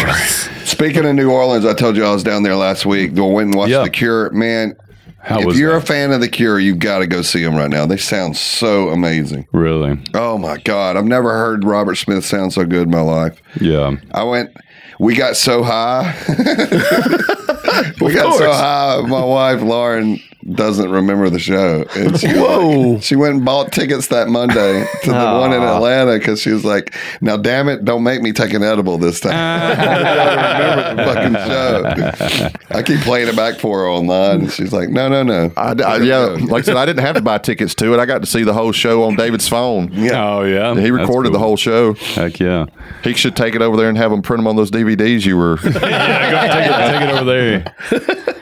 S5: Speaking of New Orleans, I told you I was down there last week. Go went and watched
S1: Yeah.
S5: The Cure. Man,
S1: How
S5: if
S1: was
S5: you're
S1: that?
S5: a fan of The Cure, you've got to go see them right now. They sound so amazing.
S1: Really?
S5: Oh my God. I've never heard Robert Smith sound so good in my life.
S1: Yeah.
S5: I went, we got so high. we got so
S12: course.
S5: high. My wife Lauren doesn't remember the show. And she,
S12: Whoa.
S5: she went and bought tickets that Monday to the one in
S1: Ah.
S5: Atlanta because she was like, "Now, damn it, don't make me take an edible this time."
S1: Ah.
S5: I don't remember the fucking show. I keep playing it back for her online, and she's like, "No, no, no."
S3: I, I- yeah, like I said, I didn't have to buy tickets to it. I got to see the whole show on David's phone.
S1: Oh yeah,
S3: He recorded the whole show.
S1: the whole. Heck yeah.
S3: He should take it over there and have them print them on those DVDs you were.
S1: yeah, go take it, take it over there.
S5: Y'all-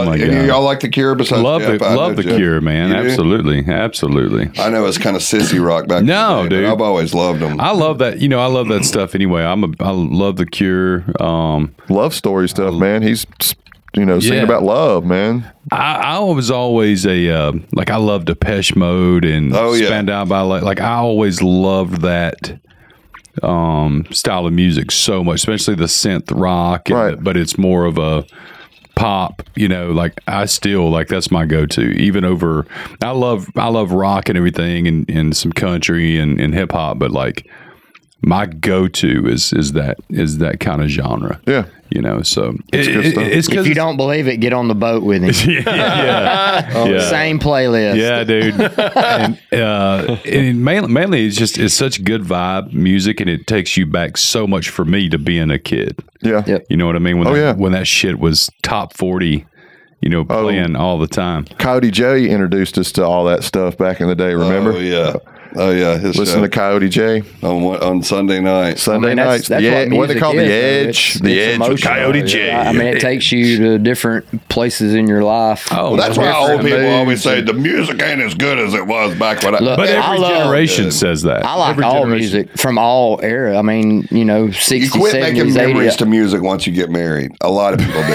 S1: Oh my
S5: and
S1: God.
S5: y'all like the Cure besides
S1: Love
S5: Jeff?
S1: the
S5: I know
S1: love the
S5: Jeff.
S1: cure, man.
S5: You do?
S1: Absolutely, absolutely.
S5: I know it's kind of sissy rock back. in the
S1: No,
S5: day, but
S1: dude.
S5: I've always loved them.
S1: I love that. You know, I love that stuff anyway. I'm a, I love the Cure. Um,
S3: love story stuff, man. He's you know singing
S1: Yeah.
S3: about love, man.
S1: I, I was always a uh, like I love Depeche Mode and
S5: Oh, yeah.
S1: Spandau Ballet. Like I always loved that um, style of music so much, especially the synth rock. and-
S3: Right.
S1: But it's more of a pop. You know, like I still like that's my go-to. Even over, I love I love rock and everything, and, and some country and, and hip hop. But like my go-to is is that is that kind of genre.
S3: Yeah.
S1: You know, so it-
S3: good
S1: it-
S3: stuff.
S1: it's
S10: If
S1: because
S10: you don't believe it, get on the boat with him. Oh,
S1: yeah, yeah, yeah.
S10: Same playlist.
S1: Yeah, dude. and uh, and mainly, mainly, it's just it's such good vibe music, and it takes you back so much for me to being a kid.
S3: Yeah,
S10: Yep.
S1: You know what I mean? When
S3: Oh,
S1: that,
S3: yeah.
S1: when that shit was top forty, you know, playing all the time.
S3: Coyote J introduced us to all that stuff back in the day. Remember?
S5: Oh yeah. Oh yeah. His
S3: Listen
S5: show
S3: to Coyote J
S5: on what- on Sunday night.
S3: Sunday
S10: I mean, that's-
S3: nights.
S10: that's
S3: the
S10: what
S3: Ed- what, they
S10: music
S3: call
S10: is,
S3: the
S10: though.
S3: edge.
S10: It's-
S3: the
S10: it's
S3: edge. with
S10: emotional.
S3: Coyote J.
S10: I mean, it takes you to different places in your life.
S1: Oh,
S5: Well, that's why old people
S3: amazing.
S5: always say the music ain't as good as it was back when I.
S10: Look,
S1: But
S10: I
S1: every
S10: love-
S1: generation says that.
S10: I like
S1: Every
S10: all
S1: generation-
S10: music from all era. I mean, you know, 60s,
S5: you quit making
S10: 70s, 80s.
S5: memories to music once you get married. A lot of people do.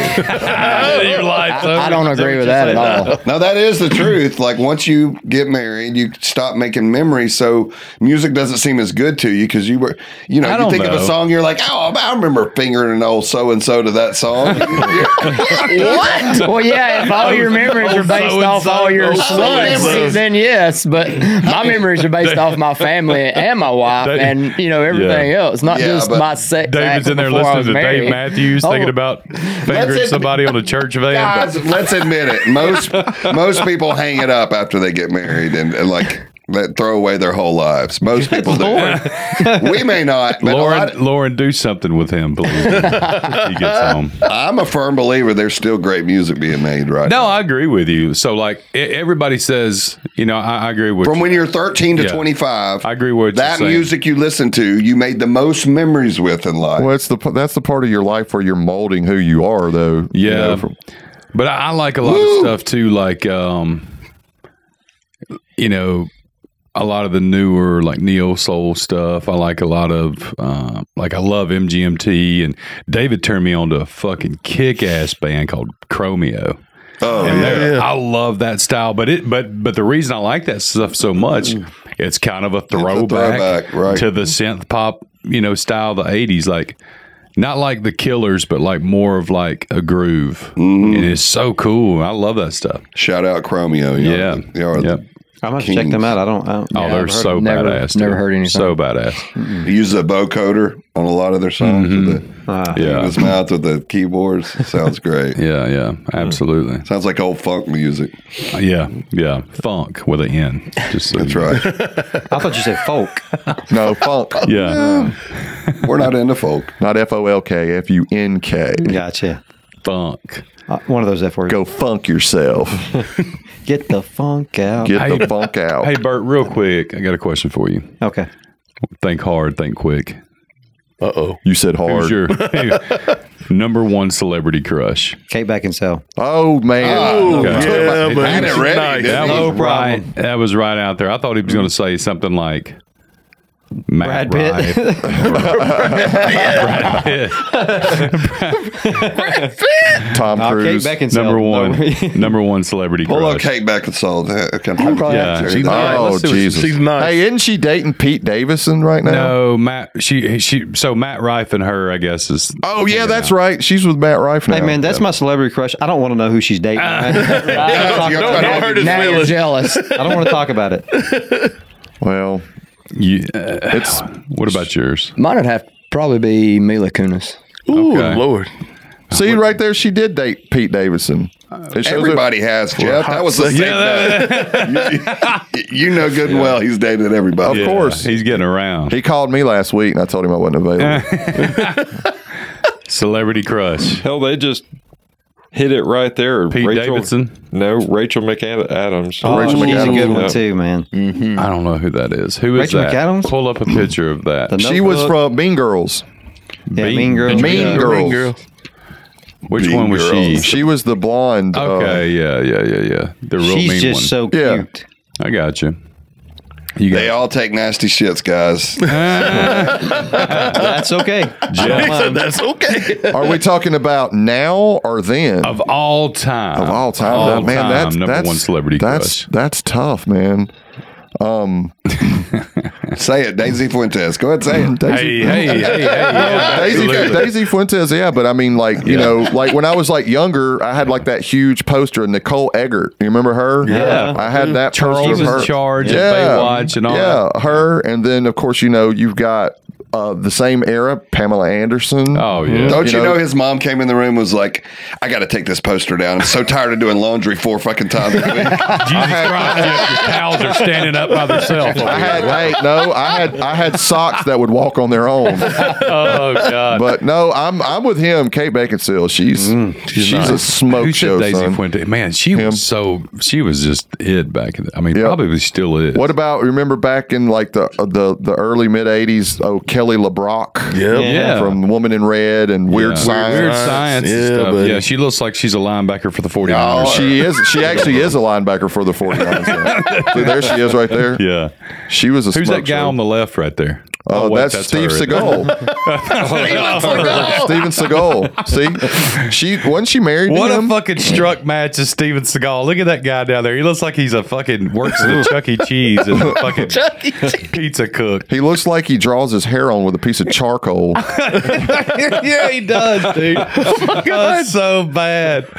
S1: You're like, uh,
S10: I, I don't agree with that at all.
S5: now that is the truth. Like once you get married, you stop making memories, so music doesn't seem as good to you because you were, you know,
S1: I
S5: you
S1: don't
S5: think of a
S1: know.
S5: song, you're like, oh, I remember fingering an old so and so to that song.
S10: What? Well, yeah, if all your memories are based off all your slugs, then yes. But my memories are based off my family and my wife
S1: They-
S10: and, you know, everything
S1: Yeah.
S10: else, not
S5: Yeah,
S10: just
S5: but
S10: my sex.
S1: David's
S10: act
S1: in there
S10: before I
S1: listening
S10: was
S1: to
S10: married.
S1: Dave Matthews,
S10: Oh,
S1: thinking about fingering
S5: admit-
S1: somebody on a church van.
S5: Guys, let's admit it. Most most people hang it up after they get married and, and like let, throw away their whole lives. Most people do. we may not. But a lot-
S1: Lauren, Lauren, do something with him, please. he gets home.
S5: I'm a firm believer there's still great music being made right
S1: No,
S5: now.
S1: I agree with you. So, like, e- everybody says, you know, I, I agree with
S5: From when you're 13 to
S1: Yeah.
S5: 25,
S1: I agree with what you're
S5: that
S1: saying.
S5: music you listen to, you made the most memories with in life.
S3: Well, it's the that's the part of your life where you're molding who you are, though. you
S1: Yeah.
S3: know, from-
S1: But I, I like a lot of stuff too, like um, you know, a lot of the newer like neo soul stuff. I like a lot of uh, like I love MGMT and David turned me on to a fucking kick ass band called Chromeo. Oh, and they're- I love that style, but it but but the reason I like that stuff so much, it's kind of a throwback,
S5: Mm. throwback, right.
S1: to the synth pop, you know, style of the '80s. Like, not like the killers, but like more of like a groove.
S5: Mm-hmm.
S1: And it's so cool. I love that stuff.
S5: Shout out Chromeo. you
S1: Yeah.
S5: Y'all are the-
S1: Yep.
S4: I'm gonna check them out. I don't. I don't
S1: Oh, they're so
S10: never-
S1: badass. dude.
S10: never heard anything.
S1: So badass.
S5: They use the vocoder on a lot of their songs. With the, in
S1: Mm-hmm. Yeah.
S5: his mouth with the keyboards. Sounds great.
S1: Yeah, yeah. Absolutely.
S5: Sounds like old funk music.
S1: Yeah, yeah. Funk with an N. Just so
S5: That's
S1: you-
S5: right.
S4: I thought you said folk.
S3: no funk,
S1: Yeah.
S5: We're not into folk.
S3: not F O L K, F U N K.
S4: Gotcha.
S1: Funk.
S4: Uh, one of those F words.
S3: Go funk yourself.
S4: Get the funk out.
S3: Get
S1: Hey-
S3: the funk out.
S1: Hey Bert, real quick, I got a question for you.
S4: okay.
S1: Think hard, think quick.
S12: Uh oh.
S3: you said hard.
S1: Who's your number one celebrity crush?
S4: Kate Beckinsell.
S3: Oh man.
S1: Ah. Okay.
S12: Yeah, but
S5: I had it
S12: she's
S5: ready,
S12: nice.
S5: didn't I?
S1: That was right. That was right out there. I thought he was going to say something like Matt
S4: Brad Pitt.
S1: Rife. Brad Pitt.
S3: Tom
S4: Uh, Kate
S3: Cruise.
S4: Beckinsale.
S1: Number one.
S4: No.
S1: number one celebrity
S5: Pull up
S1: crush.
S5: Kate Beckinsale. Uh, can-
S1: Yeah.
S12: She's nice.
S3: Oh
S1: let's do it.
S3: Jesus.
S12: She's nice.
S3: Hey, isn't she dating Pete Davison right now?
S1: No, Matt. She she. So Matt Rife and her, I guess, is
S3: Oh yeah, that's right. She's with Matt Rife now.
S4: Hey man, that's my celebrity crush. I don't want to know who she's dating. man. I don't wanna
S5: You're
S4: talk
S5: trying
S4: about
S5: to-
S4: it.
S12: Don't hurt his
S10: Now you're
S12: feelings.
S10: jealous.
S4: I don't want to talk about it.
S3: well.
S1: you, uh, it's. What about yours?
S10: Mine would have to probably be Mila Kunis.
S12: Ooh,
S1: Okay.
S12: Lord.
S3: See right there, she did date Pete Davidson. It shows her-
S5: Everybody has, Jeff. That was the same thing. you, you know good and well he's dated everybody.
S3: Of course.
S1: He's getting around.
S3: He called me last week and I told him I wasn't available.
S1: Celebrity crush.
S13: Hell, they just hit it right there.
S1: Pete Davidson?
S13: No, Rachel McAdams.
S1: Oh,
S3: Rachel
S4: Oh, She's a
S3: McAdams.
S4: good one
S13: Yeah.
S4: too, man.
S1: Hmm. I don't know who that is. Who is
S4: Rachel
S1: that?
S4: McAdams?
S1: Pull up a picture of that.
S4: The
S3: She was
S4: Notebook.
S3: from Mean Girls.
S4: yeah, Mean Girls.
S3: Mean
S4: Yeah.
S3: Girls.
S12: Mean girl.
S1: Which one was she?
S3: She was the blonde. uh,
S1: Okay, yeah, yeah, yeah, yeah. The real mean
S4: She's just
S1: one.
S4: so
S3: Yeah.
S4: cute.
S1: I got you. You
S5: They
S1: got
S5: all take nasty shits, guys.
S4: That's okay. I don't
S12: He said
S4: mind.
S12: that's okay.
S3: are we talking about now or then?
S1: of all time.
S3: Of all time,
S1: All
S3: That- man.
S1: time,
S3: that's
S1: number
S3: that's,
S1: one celebrity
S3: That's
S1: crush.
S3: that's tough, man.
S5: say it, Daisy Fuentes. Go ahead, say it.
S1: Hey, hey, hey, hey. yeah,
S3: Daisy,
S1: absolutely.
S3: Daisy Fuentes, yeah, but I mean, like you know, like when I was like younger, I had like that huge poster of Nicole Eggert. You remember her?
S1: Yeah.
S3: I had that
S1: Charles
S3: poster of
S1: in
S3: her.
S1: Charge and Baywatch and all
S3: Yeah, her, and then of course you know you've got uh, the same era, Pamela Anderson.
S1: Oh yeah.
S5: Don't you
S3: You
S5: know,
S3: know-
S5: his mom came in the room and was like, I got to take this poster down. I'm so tired of doing laundry four fucking times a week.
S1: Jesus Christ, Jeff, your pals are standing up by themselves.
S3: I had hey, no, I had I had socks that would walk on their own.
S1: oh God.
S3: But no, I'm I'm with him. Kate Beckinsale, she's she's, a
S1: Mm,
S3: smoke
S1: Who
S3: show.
S1: said Daisy
S3: son.
S1: Fuentes? Man, she
S3: Him.
S1: was so she was just it back in. The, I mean,
S3: Yeah.
S1: probably still is.
S3: What about remember back in like the the the early mid '80s? Oh, Kelly LeBrock.
S12: Yep.
S1: Yeah.
S3: From Woman in Red and Weird Science.
S1: Weird science. and
S12: Yeah,
S1: stuff.
S12: buddy.
S1: yeah, she looks like she's a linebacker for the 49ers.
S3: Oh, she is. She actually is a linebacker for the 49ers. though. See, there she is, right there.
S1: yeah.
S3: She was a.
S1: Who's
S3: smoke
S1: that guy
S3: show.
S1: on the left right there?
S3: Oh,
S1: wait,
S3: that's, Steve
S1: her, isn't it?
S3: Seagal.
S10: Oh,
S3: Steven Seagal. See, she wasn't she married
S1: What
S3: to
S1: a
S3: him?
S1: fucking struck match is Steven Seagal. Look at that guy down there. He looks like he's a fucking works at a Chuck E. Cheese and a fucking
S3: E.
S1: pizza cook.
S3: he looks like he draws his hair on with a piece of charcoal.
S1: yeah, he does, dude. That's so bad.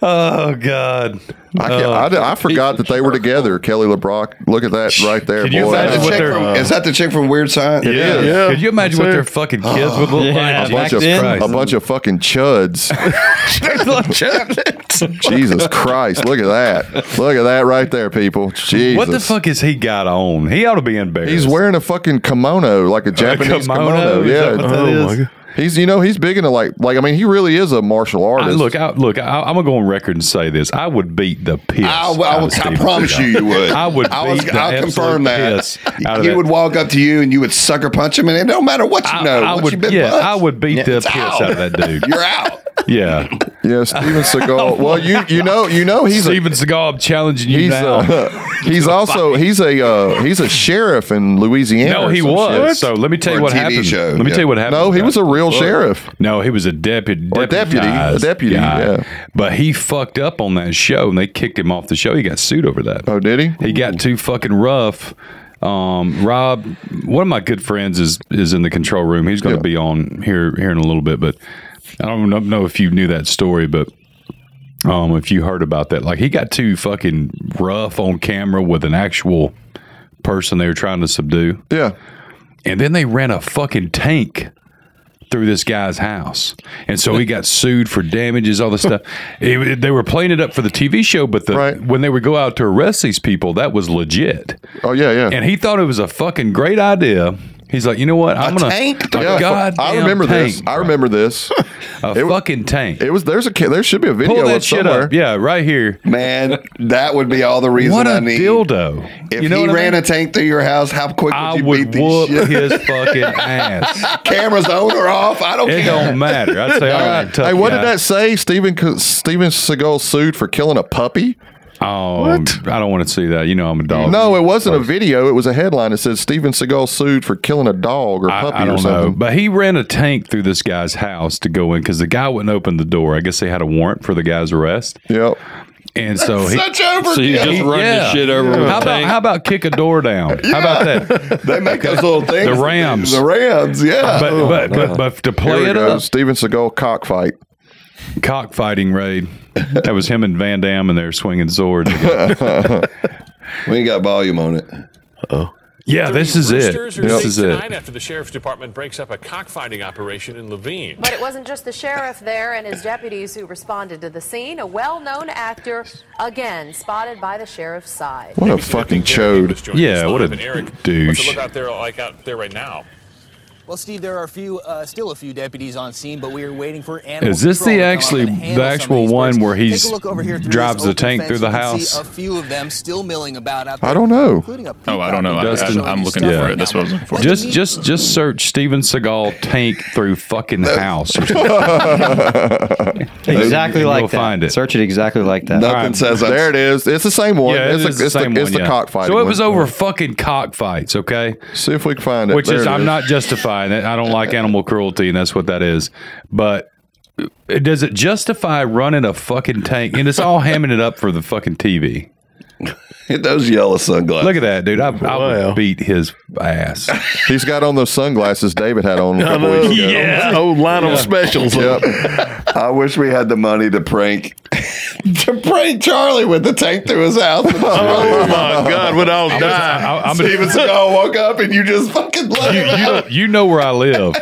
S1: Oh God.
S3: I, can't,
S1: Uh,
S3: I d- I, forgot that they were together. Kelly LeBrock. Look at that right there,
S1: Can you
S3: boy.
S1: imagine
S5: Is
S1: what
S5: that the
S1: they're- uh,
S5: chick from- is that the chick from Weird Science?
S1: Yeah.
S12: Yeah.
S1: Could you imagine what
S12: That's
S1: their
S12: it.
S1: fucking kids would look
S4: Yeah,
S1: like?
S3: a bunch of a bunch of fucking chuds. Jesus Christ! Look at that! Look at that right there, people. Jesus.
S1: What the fuck is he got on? He ought to be embarrassed.
S3: He's wearing a fucking kimono, like a Japanese kimono.
S1: Is that what
S3: Yeah,
S1: that
S12: Oh, my
S1: is?
S12: God.
S3: he's you know he's big into like like I mean he really is a martial
S1: I,
S3: artist.
S1: look, I, look, I, I'm gonna go on record and say this. I would beat the piss.
S5: I, I,
S1: out of
S5: I
S1: Steven
S5: promise
S1: Seagal.
S5: you, you would.
S1: I would
S5: I was,
S1: beat the
S5: I'll
S1: absolute
S5: confirm that.
S1: piss out of
S5: He
S1: that.
S5: would walk up to you and you would sucker punch him, and it don't matter what you
S1: I,
S5: know.
S1: I
S5: once
S1: would,
S5: you've been
S1: yeah,
S5: punched,
S1: I would beat the
S5: it's
S1: piss out. of that dude.
S5: You're out.
S1: Yeah,
S3: yeah, Steven Seagal. well, you you know you know he's a,
S1: Steven Seagal, I'm challenging you
S3: he's
S1: now.
S3: a, he's also he's a uh, he's a sheriff in Louisiana.
S1: no,
S3: or
S1: he
S3: some
S1: was.
S3: shit.
S1: So let me tell
S5: Or
S1: you
S5: a
S1: what
S5: TV
S1: happened.
S5: show,
S1: Let me
S5: yeah.
S1: tell you what happened.
S3: no, he
S1: with
S3: was
S1: that.
S3: a real sheriff.
S1: No, he was a deputy.
S3: Or deputy, a
S1: deputized
S3: deputy,
S1: guy.
S3: yeah.
S1: But he fucked up on that show, and they kicked him off the show. He got sued over that.
S3: Oh, did he?
S1: He got too fucking rough. Um, Rob, one of my good friends is is in the control room. He's going to
S3: Yeah.
S1: be on here here in a little bit, but I don't know- know if you knew that story, but um, if you heard about that, like he got too fucking rough on camera with an actual person they were trying to subdue,
S3: Yeah.
S1: and then they ran a fucking tank through this guy's house, and so he got sued for damages, all this stuff. It- they were playing it up for the TV show, but the,
S3: Right.
S1: when they would go out to arrest these people, that was legit.
S3: Oh yeah, yeah.
S1: And he thought it was a fucking great idea. He's like, you know what? I'm gonna
S5: tank?
S1: a
S3: yeah,
S1: goddamn
S3: I remember
S1: tank,
S3: this. I remember this.
S1: a
S3: It-
S1: fucking tank.
S3: It was there's a ca- there should be a video
S1: Pull
S3: of
S1: that shit
S3: somewhere.
S1: up. Yeah, right here.
S5: Man, that would be all the reason
S1: What a
S5: I need.
S1: dildo!
S5: If
S1: you know
S5: he
S1: what
S5: ran
S1: I
S5: a
S1: mean?
S5: tank through your house, how quick would
S1: I
S5: you beat
S1: would
S5: these
S1: whoop
S5: shit?
S1: his fucking ass.
S5: Cameras on or off? I don't
S1: It
S5: care.
S1: don't matter. I'd say, all right, tough
S3: Hey, what
S1: guy.
S3: did that say? Steven Co- Steven Seagal sued for killing a puppy.
S1: Oh, I don't want to see that. You know, I'm a dog.
S3: No, it wasn't a video. It was a headline. It said Steven Seagal sued for killing a dog or
S1: I,
S3: puppy
S1: I
S3: or
S1: don't know.
S3: something.
S1: But he ran a tank through this guy's house to go in because the guy wouldn't open the door. I guess they had a warrant for the guy's arrest,
S3: Yep.
S1: and so he.
S5: Such overkill.
S13: So you just run
S1: Yeah.
S13: this shit over with
S1: How
S13: a
S1: about
S13: tank?
S1: how about kick a door down? How about that?
S5: they make those little things.
S1: The Rams.
S5: The Rams, yeah.
S1: but, but, but, but to
S3: Oh, Here
S1: play
S3: we
S1: it
S3: go.
S1: up,
S3: Steven Seagal cockfight.
S1: cockfighting raid. That was him and Van Damme, and they're swinging swords.
S5: we ain't got volume on it.
S1: Yeah, this is it. This is it.
S14: After the sheriff's department breaks up a cockfighting operation in Levine.
S15: But it wasn't just the sheriff there and his deputies who responded to the scene. A well known actor, again, spotted by the sheriff's side.
S3: What a fucking chode.
S1: Yeah, what a
S14: What's it
S1: douche.
S14: look out there like out there right now?
S16: Well, Steve, there are a few, uh, still a few deputies on scene, but we are waiting for animal
S1: Is this
S16: control
S1: the
S16: to come up
S1: actually
S16: and handle
S1: the
S16: some of
S1: actual
S16: these
S1: one
S16: birds.
S1: where
S16: Take a
S1: he's
S16: look over here through
S1: drives
S16: this
S1: the
S16: open
S1: tank
S16: fence.
S1: through the
S16: You can see
S1: house?
S16: A few of them still milling about out there.
S3: I don't know.
S17: Oh, I don't know. I,
S1: Dustin-
S17: I, am looking for it. That's what I was looking for.
S1: Just just just search Steven Seagal tank through fucking house or something.
S4: Exactly
S1: You'll
S4: like that.
S1: find it.
S4: Search it exactly like that.
S3: Nothing says there it is. It's the same one.
S1: Yeah, it
S3: it's
S1: is
S3: the, it's
S1: same
S3: the, it's
S1: one,
S3: the
S1: yeah.
S3: cockfighting.
S1: So it was
S3: one.
S1: over fucking cockfights, okay?
S3: See if we can find it.
S1: Which
S3: There
S1: is,
S3: it
S1: I'm
S3: is.
S1: not justifying it. I don't like animal cruelty, and that's what that is. But it- does it justify running a fucking tank? And it's all hamming it up for the fucking TV.
S5: Those yellow sunglasses.
S1: Look at that, dude. I, I would beat his ass.
S3: He's got on those sunglasses David had on. A couple
S12: know.
S3: weeks ago.
S12: Yeah, old Lionel
S3: Yeah.
S12: specials.
S3: Yep.
S5: I wish we had the money to prank to prank Charlie with the tank through his house.
S12: Oh my God, we'd all die.
S1: I'm gonna-
S5: Steven Seagal woke up and you just fucking
S1: you,
S5: laughed.
S1: you, you know where I live.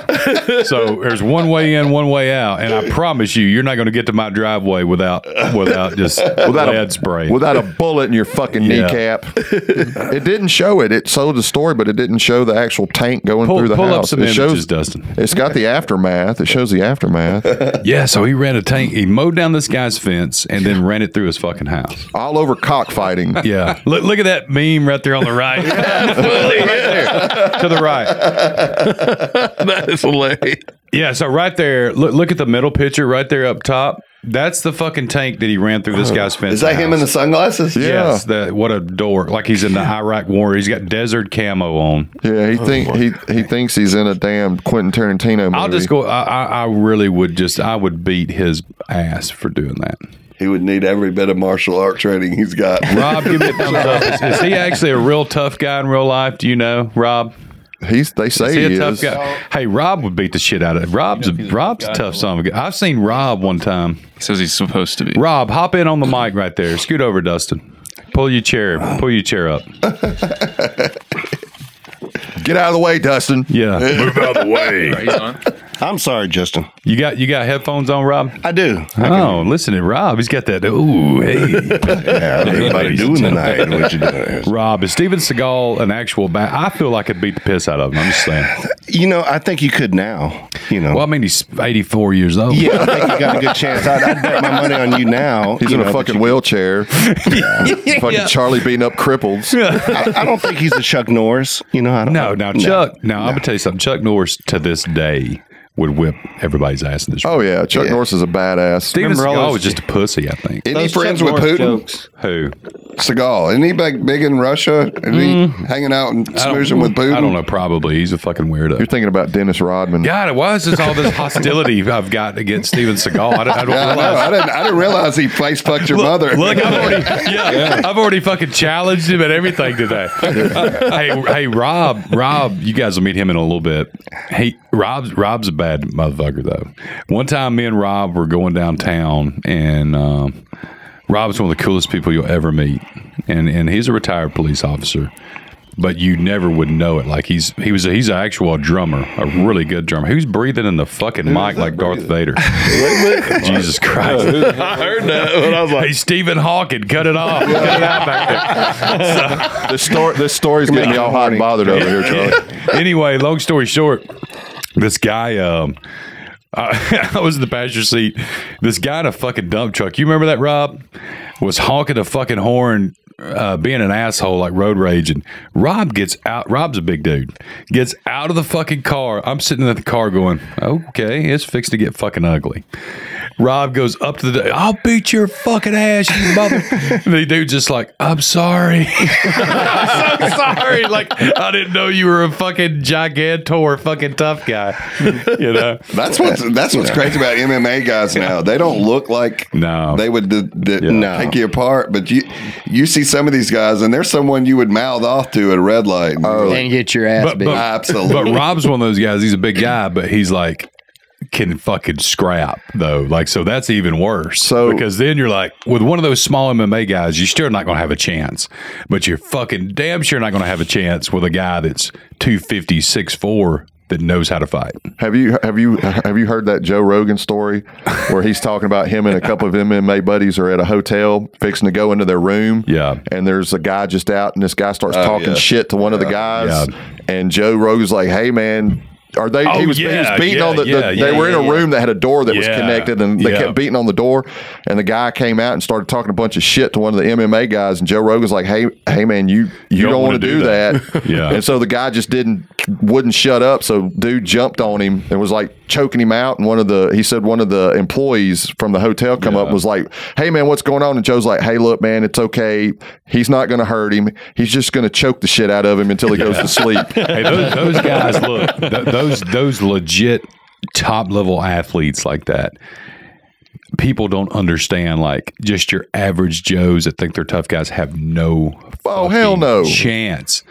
S1: So there's one way in, one way out, and I promise you, you're not going to get to my driveway without without just
S3: Without a-
S1: lead spray,
S3: Without a bullet in your fucking
S1: Yeah.
S3: kneecap. it didn't show it. It sold the story, but it didn't show the actual tank going
S1: Pull-
S3: through the
S1: pull up
S3: house.
S1: some
S3: it shows
S1: images, Dustin.
S3: It's got the aftermath. It shows the aftermath
S1: Yeah, so he ran a tank. He mowed down this guy's fence and then ran it through his fucking house.
S3: all over cockfighting.
S1: Yeah, look, look at that meme right there on the right, Right there, to the right.
S12: that is hilarious.
S1: Yeah, so right there, look look at the middle picture right there up top. That's the fucking tank that he ran through this
S3: Oh.
S1: guy's fence.
S5: Is that him in the sunglasses?
S1: Yes, that what a dork! Like he's in the Iraq War. He's got desert camo on.
S3: Yeah,
S8: Oh,
S3: he think he he thinks he's in a damn Quentin Tarantino movie.
S1: I'll just go. I, I, I really would just. I would beat his ass for doing that.
S5: He would need every bit of martial art training he's got.
S1: Rob, give me a thumbs up. Is, is he actually a real tough guy in real life? Do you know Rob?
S3: He's they say
S1: Is he a
S3: he
S1: tough
S3: is.
S1: guy? Hey, Rob would beat the shit out of Rob's. a Rob's a tough son of a gun. I've seen Rob one time.
S17: says he's supposed to be.
S1: Rob, hop in on the mic right there. Scoot over, Dustin. Pull your chair. Pull your chair up.
S3: Get out of the way, Dustin.
S1: Yeah.
S17: Move out of the way. He's on.
S8: I'm sorry, Justin.
S1: You got you got headphones on, Rob?
S8: I do.
S1: Oh, listen to Rob. He's got that. Ooh, hey.
S8: How everybody doing tonight? What you doing?
S1: Rob, is Steven Seagal an actual bat? I feel like I beat the piss out of him. I'm just saying.
S8: You know, I think you could now. You know.
S1: Well, I mean, he's 84 years old.
S8: yeah, I think you got a good chance. I'd, I'd bet my money on you now.
S3: He's
S8: you
S3: in
S8: know,
S3: a
S8: but
S3: fucking
S8: you-
S3: wheelchair. fucking Charlie beating up cripples.
S8: I, I don't think he's a Chuck Norris. You know, I don't.
S1: No, now Chuck. Now I'm gonna tell you something. Chuck Norris to this day would whip everybody's ass in this.
S3: Oh yeah, Chuck Norris is a badass.
S1: Steven
S4: Remember all
S1: Seagal
S4: those-
S1: was just a pussy, I think.
S5: Isn't he
S4: Those
S5: friends
S4: Chuck
S5: with
S4: Norris
S5: Putin?
S4: jokes.
S1: Who?
S5: Seagal. Isn't he back big in Russia? Isn't he hanging out and
S1: Mm-hmm. I don't-
S5: smoozing with Putin?
S1: I don't know. Probably he's a fucking
S3: You're
S1: weirdo.
S3: thinking about Dennis Rodman.
S1: God, why is this all this hostility I've got against Steven Seagal? I don't, I don't
S5: Yeah, I, know.
S1: realize.
S5: I didn't. I didn't realize he face fucked your mother.
S1: Look, I've already, yeah, I've already fucking challenged him at everything today. Uh, hey, hey, Rob, Rob, you guys will meet him in a little bit. Hey, Rob's Rob's a bad motherfucker though. One time, me and Rob were going downtown, and um, Rob's one of the coolest people you'll ever meet, and and he's a retired police officer. But you never would know it. Like he's he was a, he's an actual drummer, a really good drummer. He was breathing in the fucking mic like Darth Vader. Jesus Christ!
S12: I heard that, but I was like,
S1: Hey, Stephen Hawking, cut it off. Cut it out back
S3: This story, this story's getting me all hot and bothered over here, Charlie.
S1: there. Anyway, long story short, this guy, um, I, I was in the passenger seat. This guy in a fucking dump truck, you remember that, Rob? Was honking a fucking horn, uh, being an asshole, like road raging. Rob gets out, Rob's a big dude, gets out of the fucking car. I'm sitting in the car going, okay, it's fixed to get fucking ugly. Rob goes up to the, I'll beat your fucking ass, you mother. and the dude's just like, I'm sorry. I'm so sorry. Like, I didn't know you were a fucking gigantor, fucking tough guy. You know?
S5: That's what's that's what's crazy about MMA guys now. They don't look like
S1: No.
S5: they would d- d-
S8: No.
S5: take you apart, but you you see some of these guys, and there's someone you would mouth off to at a red
S8: Oh.
S5: light. and you're like,
S10: And get your ass
S1: Oh, But-
S10: beat.
S1: but-
S5: absolutely.
S1: But Rob's one of those guys. He's a big guy, but he's like, can fucking scrap though. Like so that's even worse. So because then you're like with one of those small MMA guys, you're still not gonna have a chance. But you're fucking damn sure not gonna have a chance with a guy that's 250, 6'4 that knows how to fight.
S3: Have you have you have you heard that Joe Rogan story where he's talking about him and a couple of MMA buddies are at a hotel fixing to go into their room?
S1: Yeah,
S3: and there's a guy just out, and this guy starts
S1: Oh,
S3: talking
S1: yeah.
S3: shit to one of the
S1: Yeah.
S3: guys, and Joe Rogan's like, "Hey, man." Are they?
S1: Oh,
S3: he, was, he was
S1: yeah,
S3: beating
S1: yeah,
S3: on the. the-
S1: yeah,
S3: they
S1: yeah,
S3: were in a
S1: yeah, yeah.
S3: room that had a door that was
S1: Yeah,
S3: connected, and they
S1: yeah.
S3: kept beating on the door. And the guy came out and started talking a bunch of shit to one of the MMA guys. And Joe Rogan's like, "Hey, hey, man, you you don't, want to do that."
S1: Yeah.
S3: And so the guy just didn't wouldn't shut up. So dude jumped on him and was like choking him out. And one of the he said one of the employees from the hotel come up and was like, "Hey man, what's going on?" And Joe's like, "Hey, look, man, it's okay. He's not going to hurt him. He's just going to choke the shit out of him until he goes to sleep."
S1: hey, those, those guys look th- those those legit top level athletes like that. People don't understand like just your average Joes that think they're tough guys have no
S3: oh hell no
S1: chance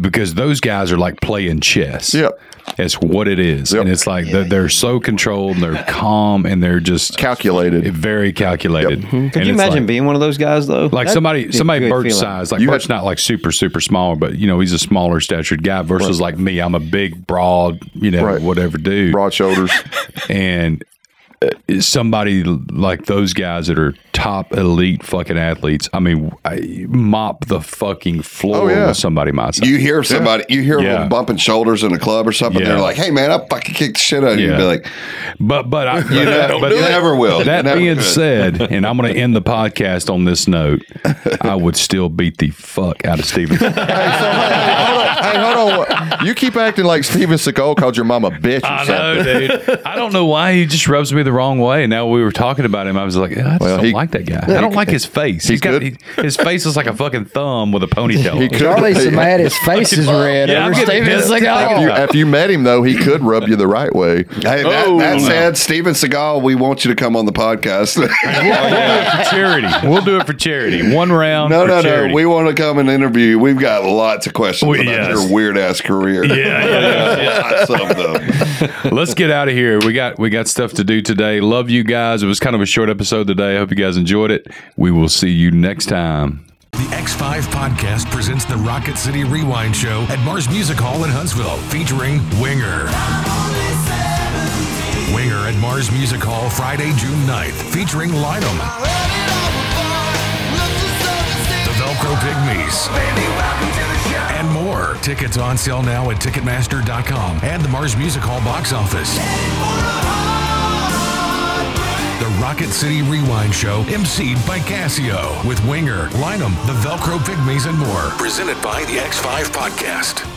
S1: because those guys are like playing chess.
S3: Yep,
S1: it's what it is, and it's like they're, they're so controlled, and they're calm, and they're just
S3: calculated,
S1: very calculated.
S4: Mm-hmm. Could you imagine being one of those guys though?
S1: Like
S4: That'd be
S1: somebody,
S4: a
S1: somebody
S4: good
S1: Bert
S4: feeling.
S1: size. Like Bert's not like super, super small, but you know he's a smaller statured guy versus like me. I'm a big, broad, you know, whatever dude,
S3: broad shoulders,
S1: and uh, somebody like those guys that are top elite fucking athletes. I mean, I mop the fucking floor
S5: Oh, yeah.
S1: with somebody my size.
S5: You hear somebody, you hear
S1: Yeah.
S5: them bumping shoulders in a club or something.
S1: Yeah.
S5: They're like, "Hey, man, I fucking kicked the shit out of you."
S1: Yeah.
S5: You'd Be like,
S1: but but I,
S5: You ne-
S1: but
S5: you never will. You
S1: That
S5: never
S1: being
S5: could.
S1: said, and I'm going to end the podcast on this note. I would still beat the fuck out of Steven.
S3: hey, hold on. You keep acting like Steven Seagal called your mom a bitch or
S1: I know,
S3: something.
S1: dude. I don't know why he just rubs me the wrong way. Now we were talking about him. I was like, "Yeah, I just don't like that guy. I don't like his face.
S3: he
S1: He's got
S3: could-
S1: he- his face is like a fucking thumb with a ponytail. on it.
S10: Charlie's so mad his face is red.
S1: Yeah, I'm
S10: over
S1: getting
S10: Steven
S1: pissed
S10: Seagal.
S3: If you, if you met him though, he could rub you the right way.
S5: "Hey, that,
S1: Oh.
S5: that said, Steven Seagal, we want you to come on the podcast."
S1: charity. We'll do it for charity. One round.
S5: No,
S1: for
S5: no,
S1: charity.
S5: no. We want to come and interview. you. We've got lots of questions
S1: We-
S5: about
S1: yes.
S5: your weird ass career.
S1: Yeah, yeah, yeah.
S5: lots of them.
S1: Let's get out of here. We got we got stuff to do today. Love you guys. It was kind of a short episode today. I hope you guys enjoyed it. We will see you next time.
S18: The X5 podcast presents the Rocket City Rewind Show at Mars Music Hall in Huntsville, featuring Winger. Winger at Mars Music Hall Friday, June 9th, featuring Lynam. The Velcro Pygmies. And more. Tickets on sale now at Ticketmaster.com and the Mars Music Hall box office. The Rocket City Rewind Show, emceed by Casio, with Winger, Lynam, the Velcro Pygmies, and more. Presented by the X5 Podcast.